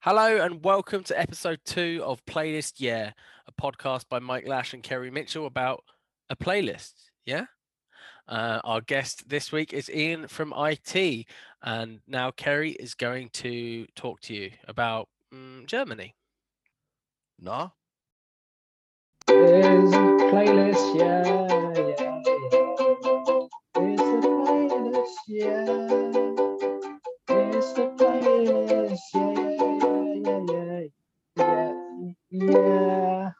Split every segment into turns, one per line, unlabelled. Hello and welcome to episode two of Playlist Yeah, a podcast by Mike Lash and Kerry Mitchell about a playlist. Yeah. Uh, our guest this week is Ian from IT, and now Kerry is going to talk to you about mm, Germany.
No.
There's a playlist, yeah, yeah, yeah. It's a playlist, yeah. It's a playlist, yeah, yeah, yeah, yeah, yeah.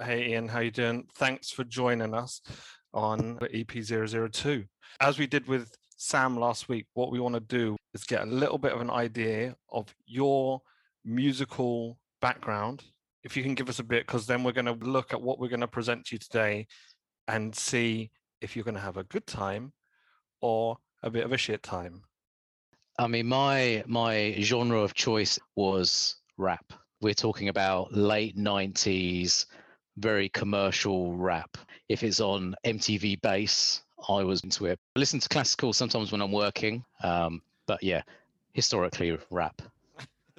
Hey Ian, how you doing? Thanks for joining us on E EP002. As we did with Sam last week, what we want to do is get a little bit of an idea of your musical background. If you can give us a bit, because then we're going to look at what we're going to present to you today and see if you're going to have a good time or a bit of a shit time.
I mean, my my genre of choice was rap. We're talking about late '90s, very commercial rap. If it's on MTV Bass, I was into it. I listen to classical sometimes when I'm working, um, but yeah, historically rap.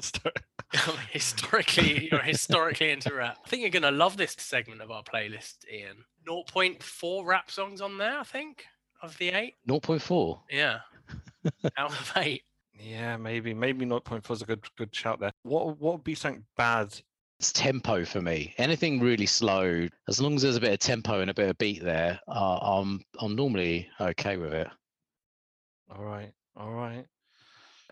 Start-
historically, you're historically into rap. I think you're going to love this segment of our playlist, Ian. 0.4 rap songs on there, I think, of the eight.
0.4.
Yeah. Out of eight.
yeah, maybe maybe 0.4 is a good good shout there. What what would be something bad
It's tempo for me. Anything really slow, as long as there's a bit of tempo and a bit of beat there, uh, I'm I'm normally okay with it.
All right, all right.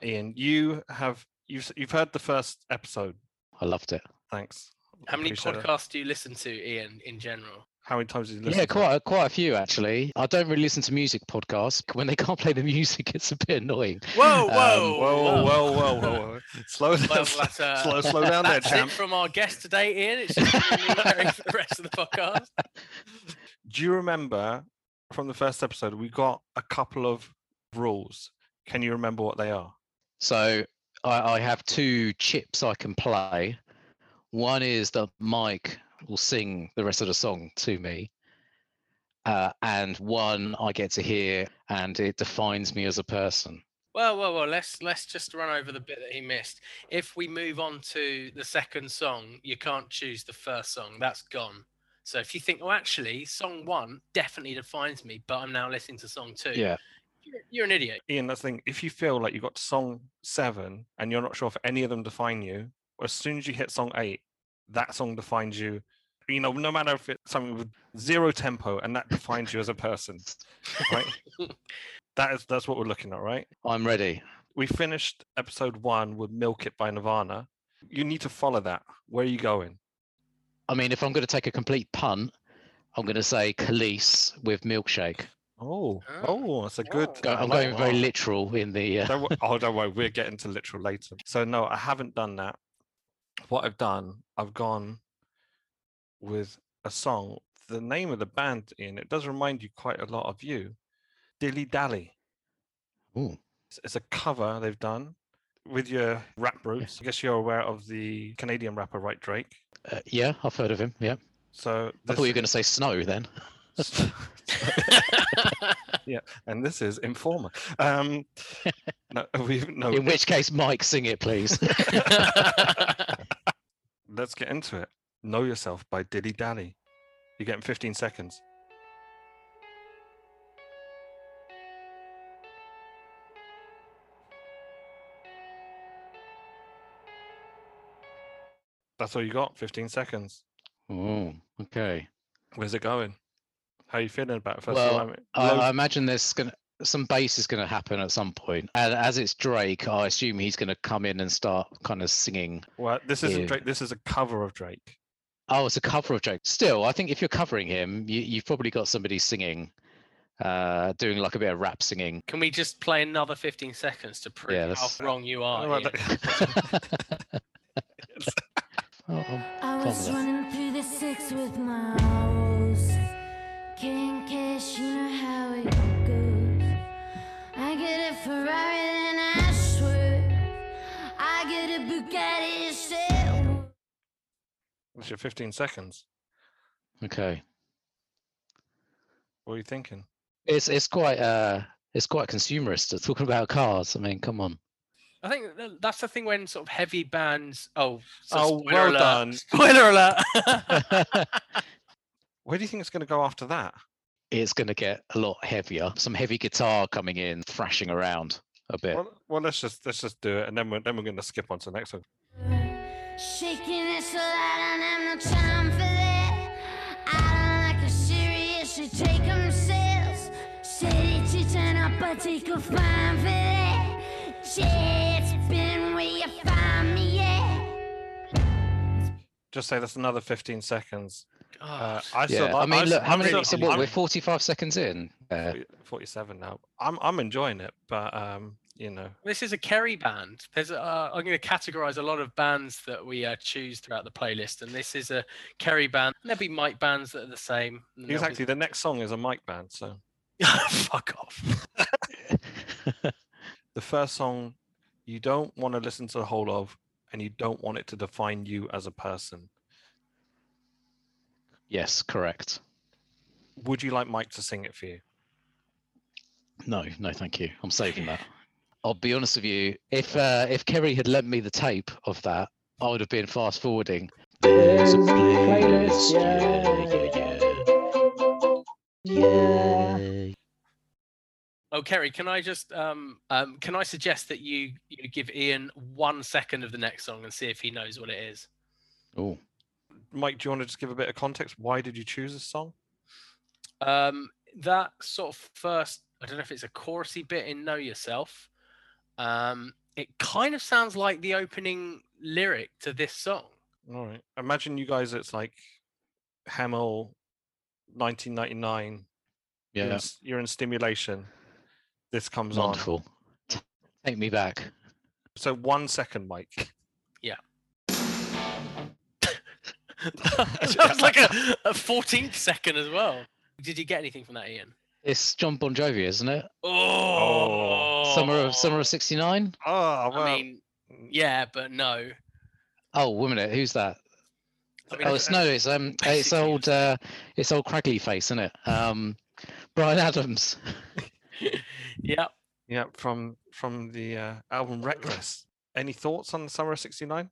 Ian, you have you've s- you've heard the first episode.
I loved it.
Thanks.
How many
Appreciate it.
podcasts do you listen to, Ian, in general?
How many times did you listen?
Yeah,
to it?
quite quite a few actually. I don't really listen to music podcasts. When they can't play the music, it's a bit annoying.
Whoa,
Um,
whoa,
Whoa, whoa, whoa, whoa, whoa! whoa. slow down,
Well,
slow,
that's, uh,
slow, slow down there,
that's it
champ.
from our guest today, Ian. It's just you and me, Harry, for the rest of the podcast.
Do you remember from the first episode we got a couple of rules? Can you remember what they are?
So I, I have two chips I can play. One is that Mike will sing the rest of the song to me, uh, and one I get to hear, and it defines me as a person.
Well, well, well. Let's let's just run over the bit that he missed. If we move on to the second song, you can't choose the first song. That's gone. So if you think, oh, actually, song one definitely defines me, but I'm now listening to song two.
Yeah,
You're, you're an idiot.
Ian, that's the thing. If you feel like you got to song seven and you're not sure if any of them define you, as soon as you hit song eight, that song defines you. You know, no matter if it's something with zero tempo, and that defines you as a person, right? that is that's what we're looking at, right?
I'm ready.
We finished episode one with "Milk It" by Nirvana. You need to follow that. Where are you going?
I mean, if I'm going to take a complete punt, I'm going to say Khalees with milkshake.
Oh,
Ah,
oh, that's a good.
wow.
Go,
I
I'm
like
going
that.
very literal in the. Uh,
don't, wo- oh, don't worry, we're getting to literal later. So no, I haven't done that. What I've done, I've gone with a song. The name of the band in it does remind you quite a lot of you, Dilly Dally.
ooh,
It's, it's a cover they've done with your rap roots. I guess you're aware of the Canadian rapper, right, Drake?
uh, yeah, I've heard of him. Yeah,
So
I thought
this-
you were going to say snow then.
yeah, and this is Informer. Um, no, we've no.
In which case, Mike, sing it, please.
Let's get into it. Know Yourself by Dilly Dally. You're getting 15 seconds. That's all you got, 15 seconds.
Ooh, okay.
Where's it going? How you feeling about it? First of all,
Well,
I mean,
I,
loads-
I imagine there's gonna some bass is going to happen at some point, and as it's Drake, I assume he's going to come in and start kind of singing.
well, this isn't
yeah.
Drake. This is a cover of Drake.
Oh, it's a cover of Drake. Still, I think if you're covering him, you, you've probably got somebody singing, uh, doing like a bit of rap singing.
Can we just play another 15 seconds to prove
Yeah,
how
that's-
wrong you
All
are?
right,
Ian?
Oh,
I was
Formula.
running through the six with my hoes. King cash, you know how it goes. I get a Ferrari, then I swear. I get a Bugatti, shit.
That's your 15 seconds.
okay.
What are you thinking?
It's it's quite uh it's quite consumerist. It's talking about cars. I mean, come on.
I think th- that's the thing when sort of heavy bands. Oh, so
oh,
spoiler
well
alert.
done.
Spoiler alert.
Where do you think it's going to go after that?
it's going to get a lot heavier. Some heavy guitar coming in, thrashing around a bit.
Well, well, let's just let's just do it, and then we're then we're going to skip on to the next one.
Shaking it so loud, and I'm no time for that. I don't like a serious who take themselves. City to turn up, I take a fine for that. Yeah, it's been where you find me at.
Just say that's another 15 seconds. Uh,
God.
I
yeah,
still like,
I mean,
s-
look, how
I'm
many?
still-
so what,
I'm
we're 45 seconds in. Uh,
40 47 now. I'm I'm enjoying it, but um, you know,
This is a Kerry band. There's a, uh, I'm going to categorize a lot of bands that we uh, choose throughout the playlist, and this is a Kerry band. And there'll be Mike bands that are the same. and there'll
exactly. The next song is a mic band, so
Be... Fuck off.
the first song you don't want to listen to the whole of, and you don't want it to define you as a person.
yes, correct.
Would you like Mike to sing it for you?
No, no, thank you. I'm saving that. I'll be honest with you. If uh, if Kerry had lent me the tape of that, I would have been fast forwarding.
There's a playlist, Yeah.
Oh, Kerry, can I just um, um, can I suggest that you you give Ian one second of the next song and see if he knows what it is?
Oh,
Mike, do you want to just give a bit of context? Why did you choose this song?
Um, that sort of first, I don't know if it's a chorusy bit in "Know Yourself." Um, it kind of sounds like the opening lyric to this song.
All right. Imagine you guys, it's like Hamill 1999.
yeah,
You're in, s- you're in stimulation. This comes on.
wonderful. T- Take me back.
So one second, Mike.
It sounds like a, a 14th second as well. Did you get anything from that, Ian?
It's John Bon Jovi, isn't it?
Oh,
Summer of Summer of '69.
Oh, well,
I mean, yeah, but no.
Oh, wait a minute. Who's that?
I mean,
Oh, it's no, it's um, it's
basically
old, uh, it's old craggly face, isn't it? Um, Brian Adams.
Yeah,
yeah, from from the uh, album Reckless. Any thoughts on Summer of '69?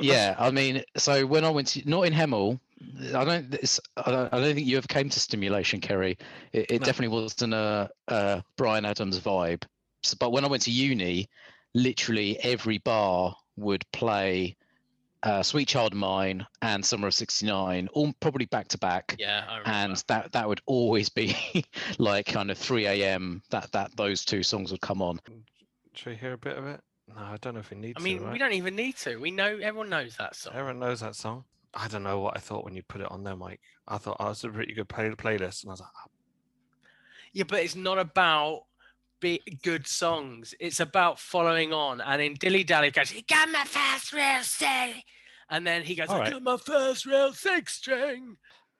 Yeah, I mean, so when I went to not in Hemel, I don't, it's, I don't, I don't think you ever came to Stimulation, Kerry. It, it
No.
definitely wasn't a, a Brian Adams vibe. So, but when I went to uni, literally every bar would play uh, "Sweet Child of Mine" and "Summer of '69," all probably back to back.
yeah, I remember.
and that that would always be like kind of 3 a.m that that those two songs would come on
Should we hear a bit of it? No, I don't know if we need
I
to.
mean,
right?
we don't even need to. We know everyone knows that song.
Everyone knows that song. I don't know what I thought when you put it on there, Mike. I thought oh, it's a pretty good play- playlist, and I was like, "Ah,
Yeah, but it's not about be- good songs. It's about following on. And in Dilly Dally, he goes, "He got my first real string," and then he goes,
All
"I
right.
got my first real six string."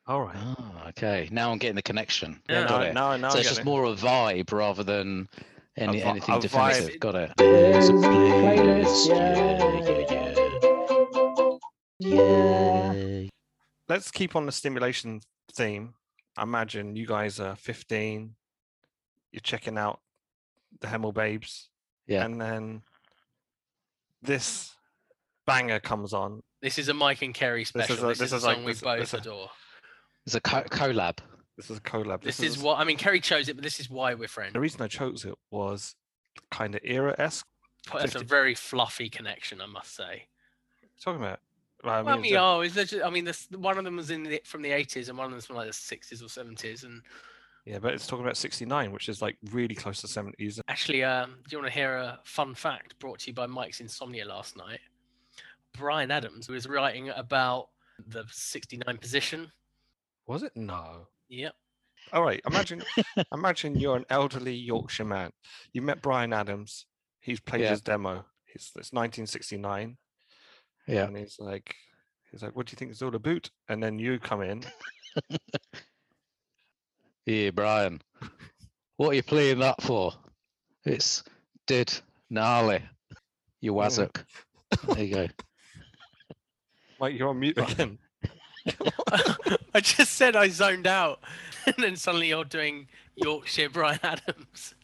"All right."
Ah, okay now i'm getting the connection
Yeah,
got
now,
it.
now, now
so
I
it's
get
just
it.
more a vibe rather than any,
vi-
anything
a vibe.
defensive got it
There's a playlist, yeah. Yeah.
Let's keep on the stimulation theme. Imagine you guys are 15. You're checking out the Hemel Babes,
Yeah.
and then this banger comes on.
This is a Mike and Kerry
is
special. This is,
a-
a
this
song
is like-
we
this-
both
this-
adore.
it's a co- collab
This is a collab.
This, is, what I mean. Kerry chose it, but this is why we're friends.
the reason I chose it was kind of era esque.
That's a
50
very fluffy connection, I must say.
Talking about. I
Well, I
mean,
mean,
yeah.
oh, is there just, I mean, this one of them was in the, from the eighties, and one of them's from like the sixties or seventies. And
Yeah, but it's talking about 69, which is like really close to 70s.
actually, um, do you want to hear a fun fact brought to you by Mike's Insomnia last night? Brian Adams was writing about the sixty-nine position.
Was it? No.
Yep.
All right. Imagine imagine you're an elderly Yorkshire man. You met Brian Adams. He's played
Yeah.
his demo. It's, it's 1969.
yeah
And he's like, he's like, what do you think it's all about? And then you come in.
yeah brian what are you playing that for it's did gnarly you
Yeah.
wazzock there you go
Mike, you're on mute again.
I just said I zoned out, and then suddenly you're doing Yorkshire Brian Adams.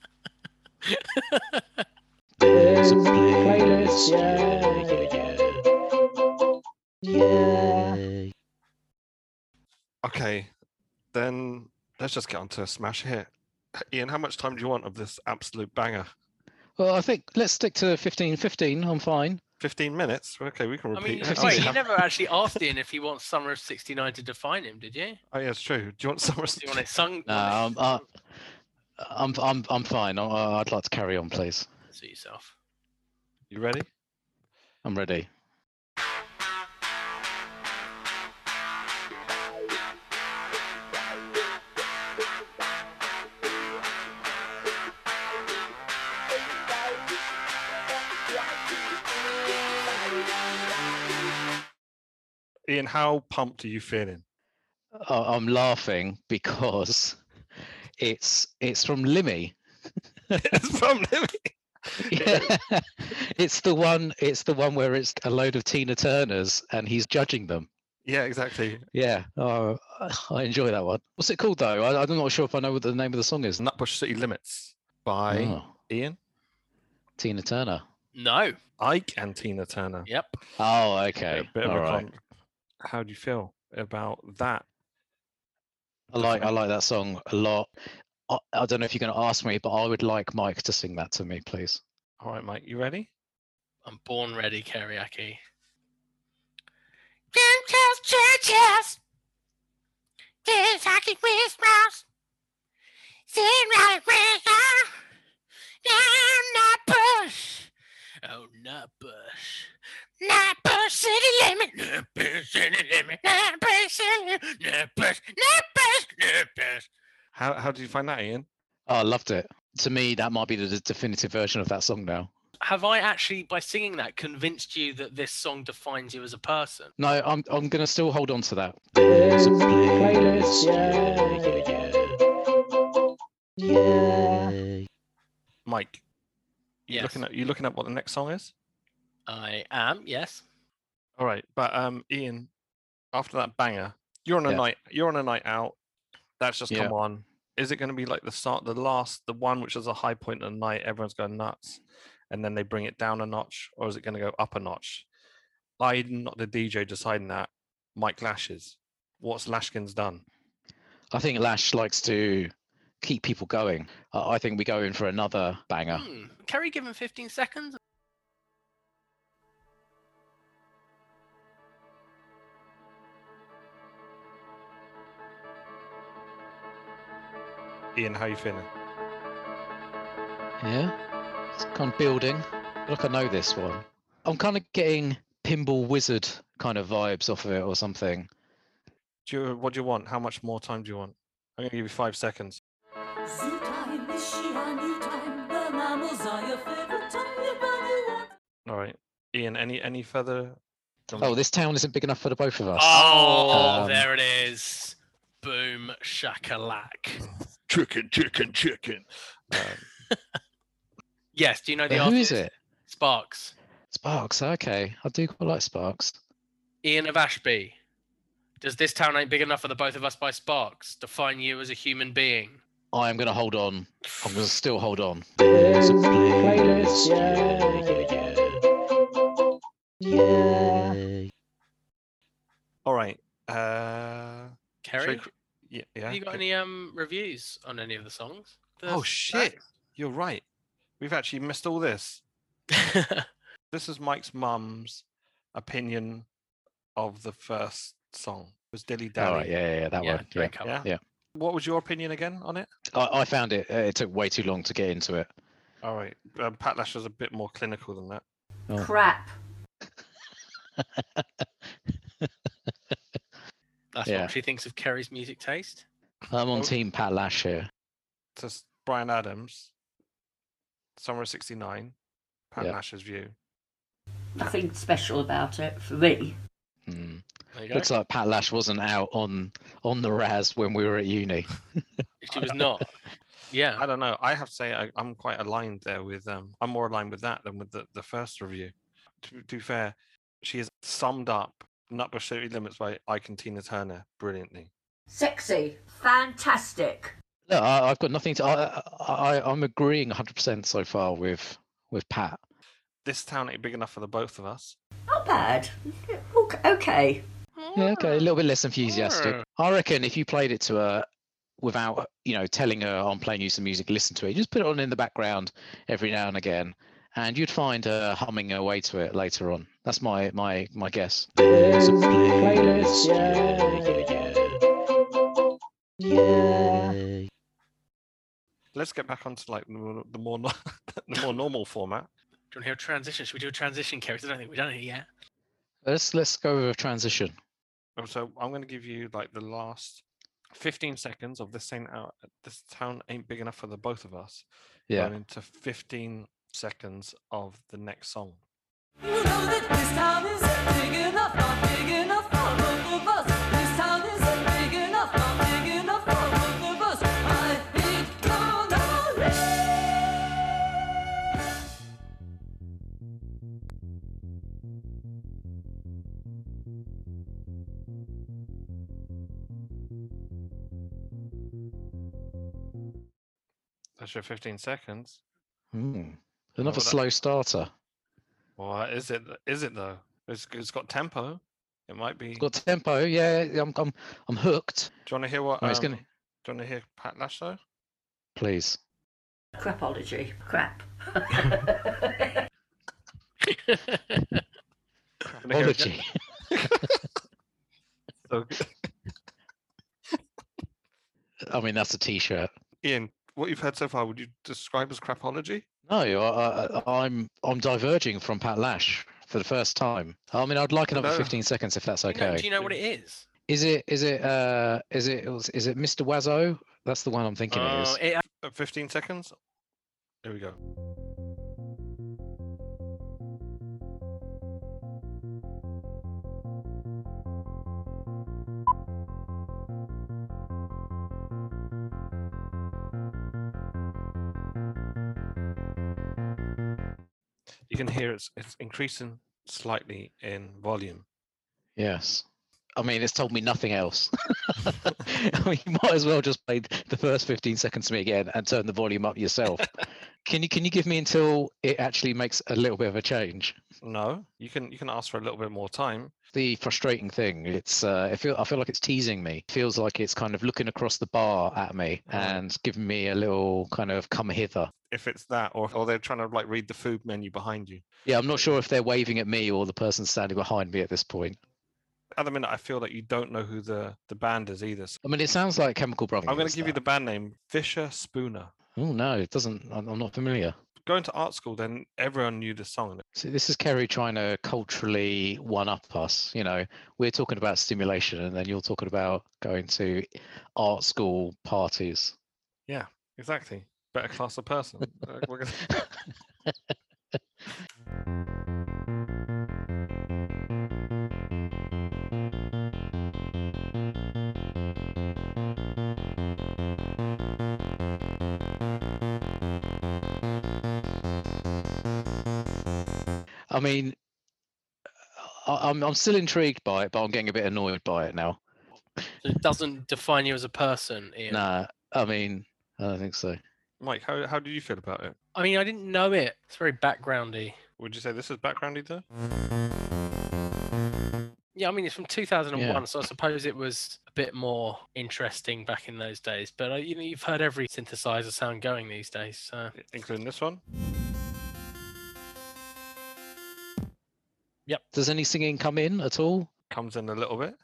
There's Music playlist, yeah, yeah, yeah.
Okay, then let's just get on to a smash hit. Ian, how much time do you want of this absolute banger?
Well, I think let's stick to 15 15. I'm fine.
15 minutes? Okay, we can
I mean,
repeat. it.
wait, you
Yeah.
never actually asked Ian if he wants Summer of '69 to define him, did you?
Oh, yeah, it's true. Do you want some?
Do you want it sung?
No, I'm, uh, I, I'm, I'm, I'm fine. I, I'd like to carry on, please.
Suit yourself.
You ready?
I'm ready.
Ian, how pumped are you feeling?
I- I'm laughing because it's it's from Limmy.
it's from Limmy.
it's the one. It's the one where it's a load of Tina Turners and he's judging them.
Yeah, exactly.
Yeah, oh, I enjoy that one. What's it called though? I, I'm not sure if I know what the name of the song is.
Nutbush City Limits by
Oh,
Ian,
Tina Turner.
No.
Ike, and Tina Turner.
Yep.
Oh,
A
okay.
bit of
All
a
right.
con- How do you feel about that?
I like I
different-
like that song a lot. I, I don't know if you're going to ask me, but I would like Mike to sing that to me, please.
All right, Mike, you ready?
I'm born ready, karaoke. Churches, churches. This hockey Christmas. Sing right Christmas. Now, not bush. Oh, not bush. Not bush city limit. Not bush city limit. Not bush city limit. Not bush. Not bush. Not bush.
How how do you find that, Ian?
Oh, I loved it. To me, that might be the definitive version of that song now.
Have I actually, by singing that, convinced you that this song defines you as a person?
No, I'm I'm going to still hold on to that.
There's a playlist, yeah, yeah, yeah.
Mike, you
Yes.
looking at you looking up what the next song is?
I am, yes.
All right, but um, Ian, after that banger, you're on a
Yeah.
night you're on a night out. That's just
Yeah.
come on. Is it going to be like the start, the last, the one which is a high point of the night? Everyone's going nuts, and then they bring it down a notch, or is it going to go up a notch? I'm not the DJ deciding that. Mike Lashes. What's Lashkin's done?
I think Lash likes to keep people going. I, I think we go in for another banger.
Hmm. Kerry given 15 seconds.
Ian, how you feeling?
Yeah, it's kind of building. Look, I know this one. I'm kind of getting Pinball Wizard kind of vibes off of it or something.
Do you, what do you want? How much more time do you want? I'm going to give you five seconds.
Zoo time, is she a new time? The mammals are your favorite time. You better walk
All right, Ian. Any any further?
Oh, this town isn't big enough for the both of us.
Oh,
Um,
there it is. Boom, shakalak.
chicken, chicken, chicken. Um,
Yes, do you know the
But who
artist?
is it?
Sparks.
Sparks. Okay, I do quite like Sparks.
Ian of Ashby. Does this town ain't big enough for the both of us by Sparks define you as a human being?
I am going to hold on. I'm going to still hold on.
There's a playlist, yeah, yeah, yeah.
All right. Uh, shall we
Kerry,
cr- yeah, yeah.
have you got
okay.
any um reviews on any of the songs? The
Oh
s-
shit! You're right. We've actually missed all this.
back?
This is Mike's mum's opinion of the first song. It was Dilly Dally.
All right, Oh, yeah, yeah, yeah that
yeah,
one. Yeah.
great cover.
Yeah? What was your opinion again on it?
I, I found it. Uh, it took way too long to get into it.
All right. Um, Pat Lash was a bit more clinical than that.
Oh.
Crap.
That's
Yeah.
what she thinks of Kerry's music taste.
I'm on
Oh.
Team Pat Lash here.
So it's Brian Adams, Summer of '69, Pat
Yeah.
Lash's view.
Nothing special about it for me.
Hmm.
There you go.
Looks like Pat Lash wasn't out on on the Raz when we were at uni.
she was not. Yeah.
I don't know. I have to say I, I'm quite aligned there with um I'm more aligned with that than with the, the first review. To to be fair, she has summed up Nutbush City Limits by Ike and Tina Turner brilliantly.
Sexy. Fantastic.
No, I, I've got nothing to. I, I, I- I'm agreeing 100% so far with with Pat.
this town ain't big enough for the both of us.
Not bad. Ok- Okay.
Oh.
Yeah, okay, a little bit less enthusiastic.
Mm.
I reckon if you played it to her without, you know, telling her I'm playing you some music, listen to it, just put it on in the background every now and again, and you'd find her humming her way to it later on. That's my my my guess.
There's a playlist, yeah. Yeah.
Let's get back onto like the more the more, nor- the more normal format.
Do you want to hear a transition? Should we do a transition, Kerry? 'Cause I don't think we've done it yet.
Let's let's go with a transition.
Um, So I'm going to give you like the last 15 seconds of this ain't out, this town ain't big enough for the both of us.
Yeah.
Going into 15 seconds of the next song.
You know that this town is big enough, not big enough for both of us. This town is big enough, not big enough for both of us. I oh, ain't gonna
That's your 15 seconds.
Hmm. Another
that-
slow starter.
Well, uh, is it? th- Is it though? It's, it's got tempo. It might be.
It's got tempo. Yeah, I'm I'm I'm hooked.
Do you want to hear what?
Oh, it's
um,
gonna
Do you want to hear Pat Lash though?
please.
Crapology. Crap.
Do you wanna hear it
Apology.
again? So,
I mean, that's a t-shirt.
Ian, what you've heard so far, would you describe as crapology?
No, I, I, I'm I'm diverging from Pat Lash for the first time. I mean, I'd like another
No.
15 seconds if that's
Do you know-
okay.
do you know what it is?
Is it is it uh is it is it Mr. Wazzo? That's the one I'm thinking it
Oh,
is.
it-
Uh, 15 seconds. There we go. You can hear it's it's increasing slightly in volume.
Yes. I mean, it's told me nothing else. I mean, you might as well just play the first 15 seconds to me again and turn the volume up yourself. can you can you give me until it actually makes a little bit of a change?
No, you can you can ask for a little bit more time.
the frustrating thing. It's uh, I feel I feel like it's teasing me. feels like it's kind of looking across the bar at me
Right.
and giving me a little kind of come hither.
if it's that or, or they're trying to like read the food menu behind you
Yeah, I'm not sure if they're waving at me or the person standing behind me at this point.
at the minute i feel that you don't know who the the band is either so
I mean, it sounds like Chemical Brothers.
i'm going to give you the band name fisher spooner
Oh no, it doesn't. I'm I'm not familiar.
going to art school then everyone knew the song
So this is Kerry trying to culturally one up us. You know, we're talking about stimulation, and then you're talking about going to art school parties.
exactly better class of person Uh, we're gonna-
I mean, I, I'm I'm still intrigued by it, but I'm getting a bit annoyed by it now.
it doesn't define you as a person, Ian.
Nah, I mean, I don't think so.
mike how, how do you feel about it
I mean, I didn't know it. It's very backgroundy.
would you say this is backgroundy though
Yeah, I mean, it's from 2001, so I suppose it was a bit more interesting back in those days. But uh, you know, you've heard every synthesizer sound going these days. So
I- including this one
Does any singing come in at all?
comes in a little bit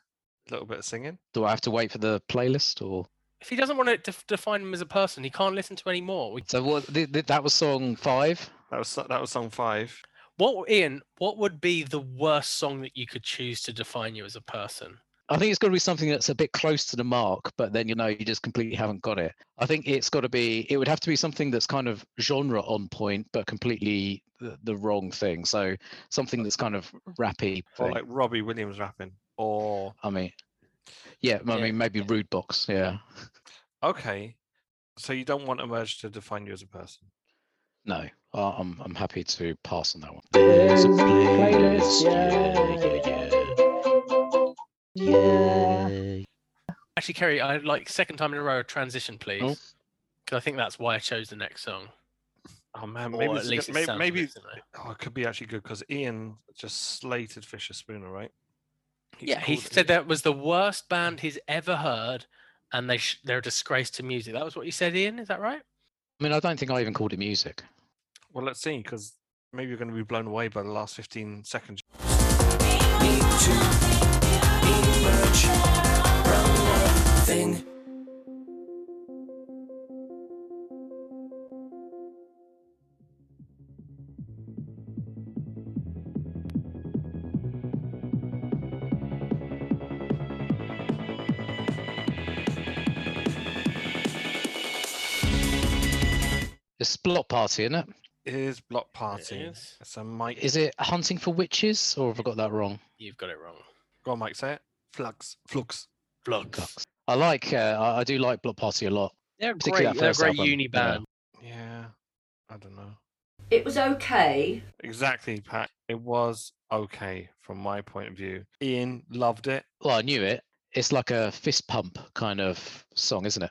a little bit of singing
Do I have to wait for the playlist or?
if he doesn't want to def- define him as a person, he can't listen to any more. We-
So what? Th- th- that was song five.
that was so- that was song five
What, Ian? What would be the worst song that you could choose to define you as a person?
I think it's got to be something that's a bit close to the mark, but then you know you just completely haven't got it. I think it's got to be. It would have to be something that's kind of genre on point, but completely the, the wrong thing. So something that's kind of rappy.
or
thing.
like robbie williams rapping or
I mean, yeah, I
Yeah.
mean maybe Rude Box. Yeah,
okay so you don't want emerge to define you as a person
no, I- I'm I'm happy to pass on that one.
There's a playlist, yeah. Yeah.
Actually, Kerry, I like second time in a row a transition, please.
Oh.
'Cause I think that's why I chose the next song.
Oh man, maybe
Maybe or
this
at
is
least
good-
it
may-
sounds
maybe
good, doesn't it?
oh, it could be actually good because Ian just slated Fisher Spooner, right? He's
Yeah, he
called
said
it-
that was the worst band he's ever heard, and they sh- they're a disgrace to music. That was what you said, Ian. Is that right?
I mean, I don't think I even called it music.
Well, let's see, because maybe you're going to be blown away by the last 15 seconds.
It's Blot Party, isn't it?
It is Block Party.
is.
It's a Mike.
Is it Hunting for Witches, or have I got that wrong?
You've got it wrong.
Go on, Mike, say it. Flux. Flux.
Flux.
Cucks. I like, uh, I I do like Blot Party a lot.
They're
Particularly
great.
that
They're a
first
great
album,
uni
yeah.
band.
Yeah, I don't know.
It was okay.
Exactly, Pat. It was okay from my point of view. Ian loved it.
Well, I knew it. It's like a fist pump kind of song, isn't it?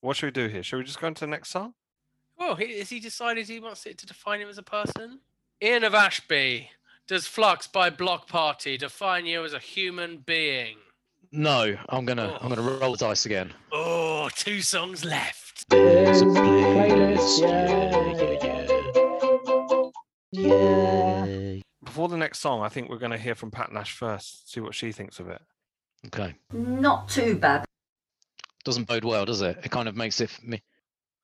What should we do here? Should we just go into the next song?
Well, he, has he decided he wants it to define him as a person? Ian of Ashby, does Flux by Block Party define you as a human being?
No, I'm gonna, I'm
Oh.
gonna roll the dice again.
Oh, two songs left.
Playlist, yeah, yeah, yeah.
Before the next song, I think we're going to hear from Pat Nash first, see what she thinks of it.
Okay,
Not too bad.
doesn't bode well, does it? It kind of makes it f- me,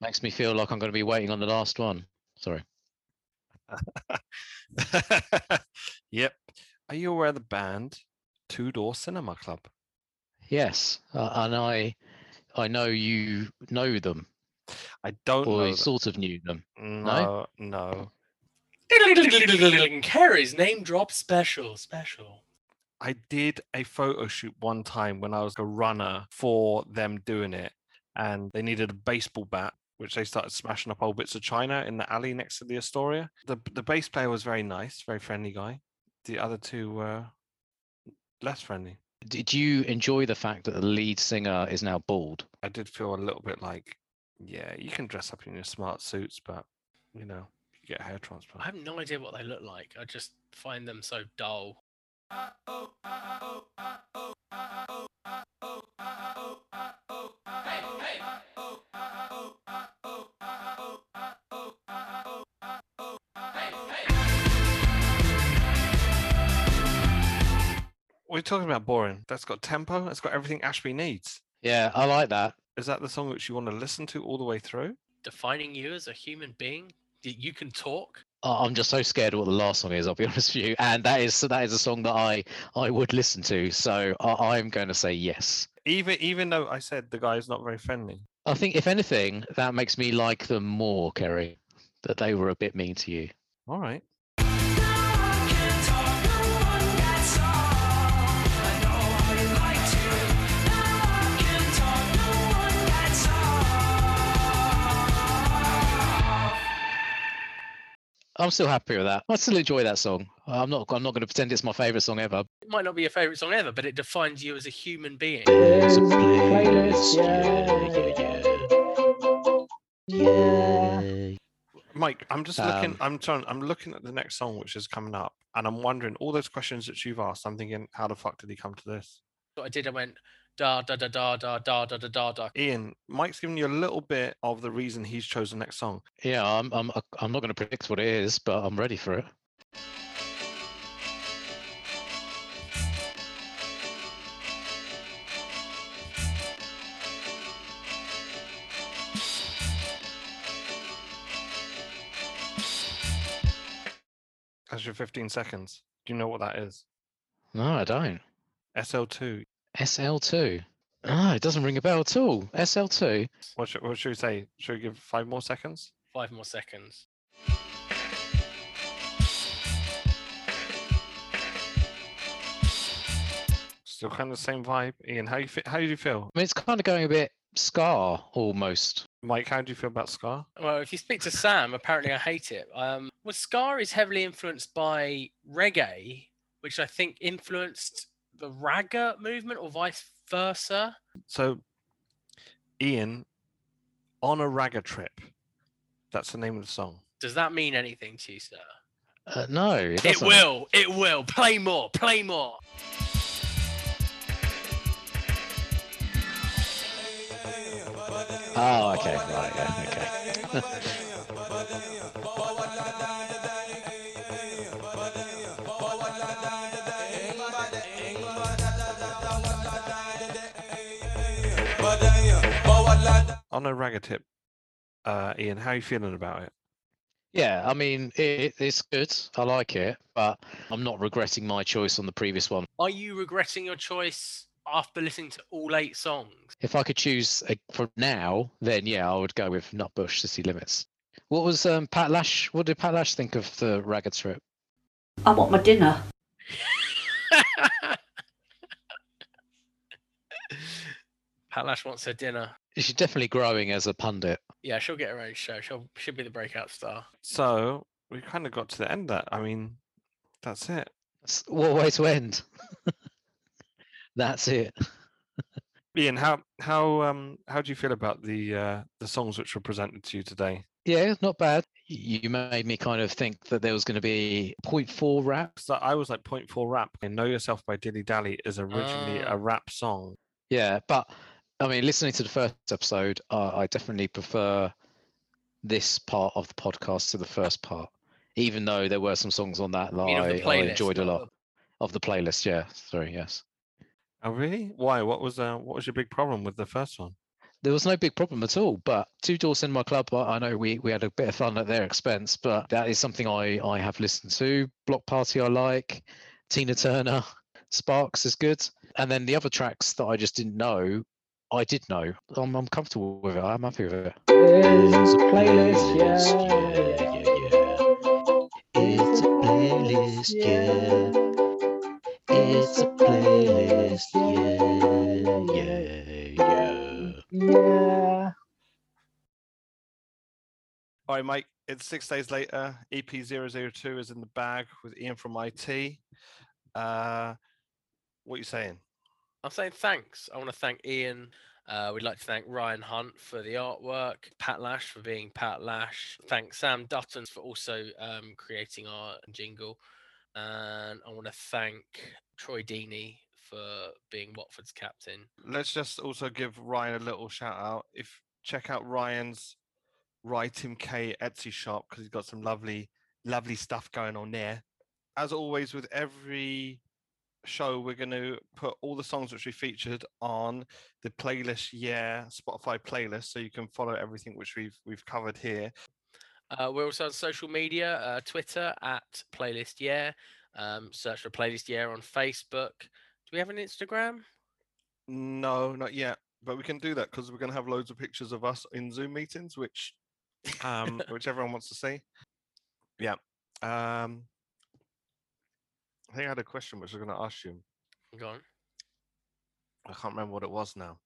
makes me feel like I'm gonna be waiting on the last one. Sorry.
yep. Are you aware of the band Two Door Cinema Club?
Yes, uh, and I, I know you know them,
I don't
or
know.
you
th-
sort of knew them.
No, no.
Carrie's name drop special, special.
I did a photo shoot one time when I was a runner for them doing it, and they needed a baseball bat, which they started smashing up old bits of china in the alley next to the Astoria. The the bass player was very nice, very friendly guy. The other two were less friendly.
Did you enjoy the fact that the lead singer is now bald?
I did feel a little bit like, yeah, you can dress up in your smart suits, but you know, you get a hair
I
transplant.
have no idea what they look like. I just find them so dull.
We're talking about boring. That's got tempo. That's got everything Ashby needs.
Yeah, I like that.
Is that the song which you want to listen to all the way through?
Defining you as a human being? Y- You can talk?
I- I'm just so scared of what the last song is. I'll be honest with you, and that is that is a song that I I would listen to. So I, I'm going to say yes.
Even even though I said the guy is not very friendly.
I think if anything, that makes me like them more, Kerry. That they were a bit mean to you.
All right.
I'm still happy with that. I still enjoy that song. I'm not I'm not going to pretend it's my favorite song ever.
It might not be your favorite song ever, but it defines you as a human being.
Playlist, yeah, yeah.
Mike, I'm just looking
Um,
I'm trying I'm looking at the next song which is coming up and I'm wondering all those questions that you've asked, I'm thinking, how the fuck did he come to this?
What I did, I went da da da da da da da da da da.
Ian, Mike's given you a little bit of the reason he's chosen the next song.
Yeah, I'm I'm I'm not going to predict what it is, but I'm ready for it.
That's your 15 seconds. Do you know what that is?
No, I don't.
SL2.
SL2. Ah, it doesn't ring a bell at all. SL2.
What should, what should we say? Should we give five more seconds?
Five more seconds.
Still kind of the same vibe. Ian, how you fe- how do you feel?
I mean, it's kind of going a bit scar almost.
Mike, how do you feel about Scar?
Well, if you speak to Sam, apparently I hate it. Um, well, Scar is heavily influenced by reggae, which I think influenced the ragga movement or vice versa.
So, Ian, on a ragga trip. That's the name of the song.
Does that mean anything to you, sir?
Uh, no, it,
It
doesn't.
will. It will. Play more. Play more.
Oh, okay, right, yeah, okay.
On a ragatip, uh, Ian, how are you feeling about it?
Yeah, I mean, it, it's good. I like it, but I'm not regretting my choice on the previous one.
Are you regretting your choice after listening to all eight songs?
If I could choose a, from now, then yeah, I would go with Nutbush City Limits. What was um, Pat Lash? What did Pat Lash think of the Ragged Strip?
I want my dinner.
Palash wants her dinner.
She's definitely growing as a pundit.
Yeah, she'll get her own show. She'll she'll be the breakout star.
So we kind of got to the end. That I mean, that's it.
That's- What a way to end. That's it.
Ian, how how um how do you feel about the uh the songs which were presented to you today?
Yeah, not bad. Y- You made me kind of think that there was going to be 0.4 rap.
So I was like point four rap and Know Yourself by Dilly Dally is originally
Ah.
a rap song.
Yeah, but I mean, listening to the first episode, uh, I definitely prefer this part of the podcast to the first part, even though there were some songs on that that
I mean, of the
I, I
playlist,
enjoyed a
not
lot of the playlist. Yeah, sorry, yes.
Oh really? Why? What was uh what was your big problem with the first one?
There was no big problem at all, but Two Door Cinema Club, I, I know we, we had a bit of fun at their expense, but that is something I, I have listened to. Block Party, I like. Tina Turner, Sparks is good. And then the other tracks that I just didn't know, I did know. I'm, I'm comfortable with it. I'm happy with it.
It's a playlist, yeah.
It's a playlist, yeah. It's a playlist, yeah, yeah, yeah.
Yeah.
All right, Mike. It's six days later. E EP002 is in the bag with Ian from IT. Uh, what are you saying?
I'm saying thanks. I want to thank Ian. Uh, we'd like to thank Ryan Hunt for the artwork, Pat Lash for being Pat Lash. Thank Sam Dutton for also um, creating our jingle. And I want to thank Troy Deeney for being Watford's captain.
Let's just also give Ryan a little shout out. If check out Ryan's Writing K Etsy shop because he's got some lovely, lovely stuff going on there. As always, with every show, we're going to put all the songs which we featured on the playlist, yeah, Spotify playlist, so you can follow everything which we've we've covered here.
Uh, we're also on social media, uh, Twitter at Playlist Yeah. Um, search for Playlist Yeah on Facebook. Do we have an Instagram?
No, not yet. But we can do that because we're going to have loads of pictures of us in Zoom meetings, which um, which everyone wants to see. Yeah. Um, I think I had a question which I was going to ask you.
Go on.
I can't remember what it was now.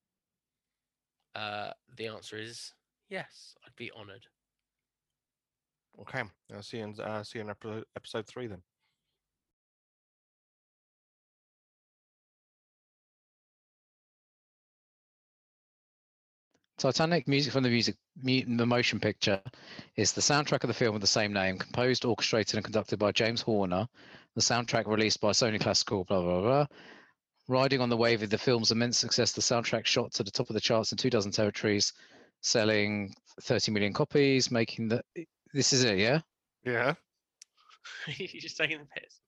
Uh, the answer is yes. I'd be honoured.
Okay, I'll see you in uh, see you in episode episode three then.
Titanic music from the music mu- the motion picture is the soundtrack of the film of the same name, composed, orchestrated, and conducted by James Horner. The soundtrack released by Sony Classical, blah blah blah. Riding on the wave of the film's immense success, the soundtrack shot to the top of the charts in two dozen territories, selling 30 million copies, making the. This is it, yeah.
Yeah.
You're just taking the piss.